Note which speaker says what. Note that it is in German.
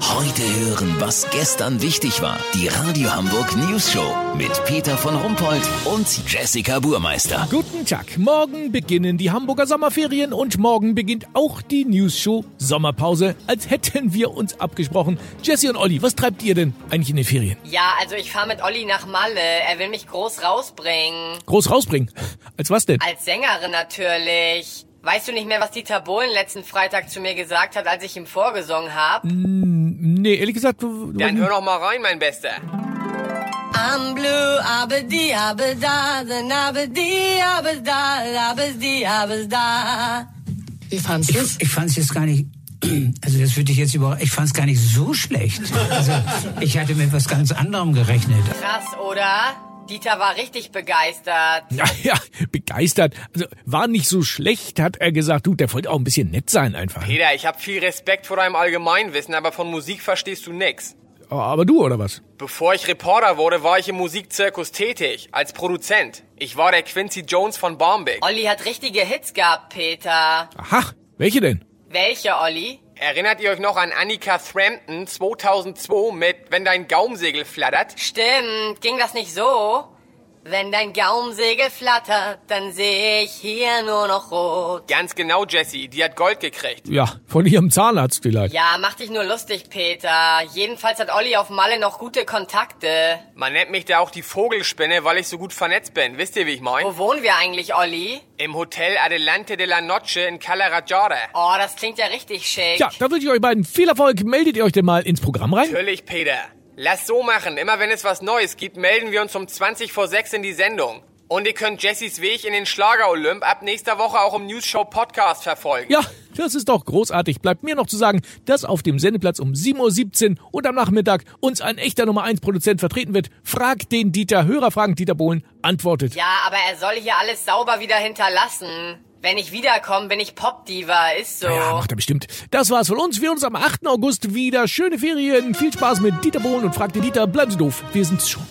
Speaker 1: Heute hören, was gestern wichtig war. Die Radio Hamburg News Show mit Peter von Rumpold und Jessica Burmeister.
Speaker 2: Guten Tag. Morgen beginnen die Hamburger Sommerferien und morgen beginnt auch die News-Show Sommerpause, als hätten wir uns abgesprochen. Jesse und Olli, was treibt ihr denn eigentlich in den Ferien?
Speaker 3: Ja, also ich fahre mit Olli nach Malle. Er will mich groß rausbringen.
Speaker 2: Groß rausbringen. Als was denn?
Speaker 3: Als Sängerin natürlich. Weißt du nicht mehr, was Dieter Bohlen letzten Freitag zu mir gesagt hat, als ich ihm vorgesungen habe?
Speaker 2: Nee, ehrlich gesagt. w-
Speaker 4: Dann hör doch mal rein, mein Bester.
Speaker 3: I'm blue, abedi, abeda, then abedi, abeda, abedi, abeda.
Speaker 5: Wie fandst du es?
Speaker 6: Ich fand es jetzt gar nicht. Also das würde ich jetzt über. Ich fand es gar nicht so schlecht. Also ich hatte mit was ganz anderem gerechnet.
Speaker 3: Krass, oder? Dieter war richtig begeistert.
Speaker 2: Naja, begeistert. Also, war nicht so schlecht, hat er gesagt. Du, der wollte auch ein bisschen nett sein einfach.
Speaker 4: Peter, ich hab viel Respekt vor deinem Allgemeinwissen, aber von Musik verstehst du nix.
Speaker 2: Oh, Aber du, oder was?
Speaker 4: Bevor ich Reporter wurde, war ich im Musikzirkus tätig, als Produzent. Ich war der Quincy Jones von Barmbek.
Speaker 3: Olli hat richtige Hits gehabt, Peter.
Speaker 2: Aha, welche denn?
Speaker 3: Welche, Olli?
Speaker 4: Erinnert ihr euch noch an Annika Thrampton 2002 mit Wenn dein Gaumensegel flattert?
Speaker 3: Stimmt, ging das nicht so? Wenn dein Gaumensegel flattert, dann sehe ich hier nur noch rot.
Speaker 4: Ganz genau, Jesse, die hat Gold gekriegt.
Speaker 2: Ja, von ihrem Zahnarzt vielleicht.
Speaker 3: Ja, mach dich nur lustig, Peter. Jedenfalls hat Olli auf Malle noch gute Kontakte.
Speaker 4: Man nennt mich da auch die Vogelspinne, weil ich so gut vernetzt bin. Wisst ihr, wie ich mein?
Speaker 3: Wo wohnen wir eigentlich, Olli?
Speaker 4: Im Hotel Adelante de la Noche in Calarajara.
Speaker 3: Oh, das klingt ja richtig schick.
Speaker 2: Ja, da wünsche ich euch beiden viel Erfolg. Meldet ihr euch denn mal ins Programm rein?
Speaker 4: Natürlich, Peter. Lass so machen. Immer wenn es was Neues gibt, melden wir uns um 20 vor 6 in die Sendung. Und ihr könnt Jessys Weg in den Schlager-Olymp ab nächster Woche auch im News-Show-Podcast verfolgen.
Speaker 2: Ja, das ist doch großartig. Bleibt mir noch zu sagen, dass auf dem Sendeplatz um 7.17 Uhr und am Nachmittag uns ein echter Nummer 1 Produzent vertreten wird. Frag den Dieter, Hörer fragen Dieter Bohlen, antwortet.
Speaker 3: Ja, aber er soll hier alles sauber wieder hinterlassen. Wenn ich wiederkomme, bin ich Popdiva, ist so.
Speaker 2: Ah Ja, macht er bestimmt. Das war's von uns. Wir uns am 8. August wieder. Schöne Ferien. Viel Spaß mit Dieter Bohlen und fragt den Dieter. Bleiben Sie doof. Wir sind's schon.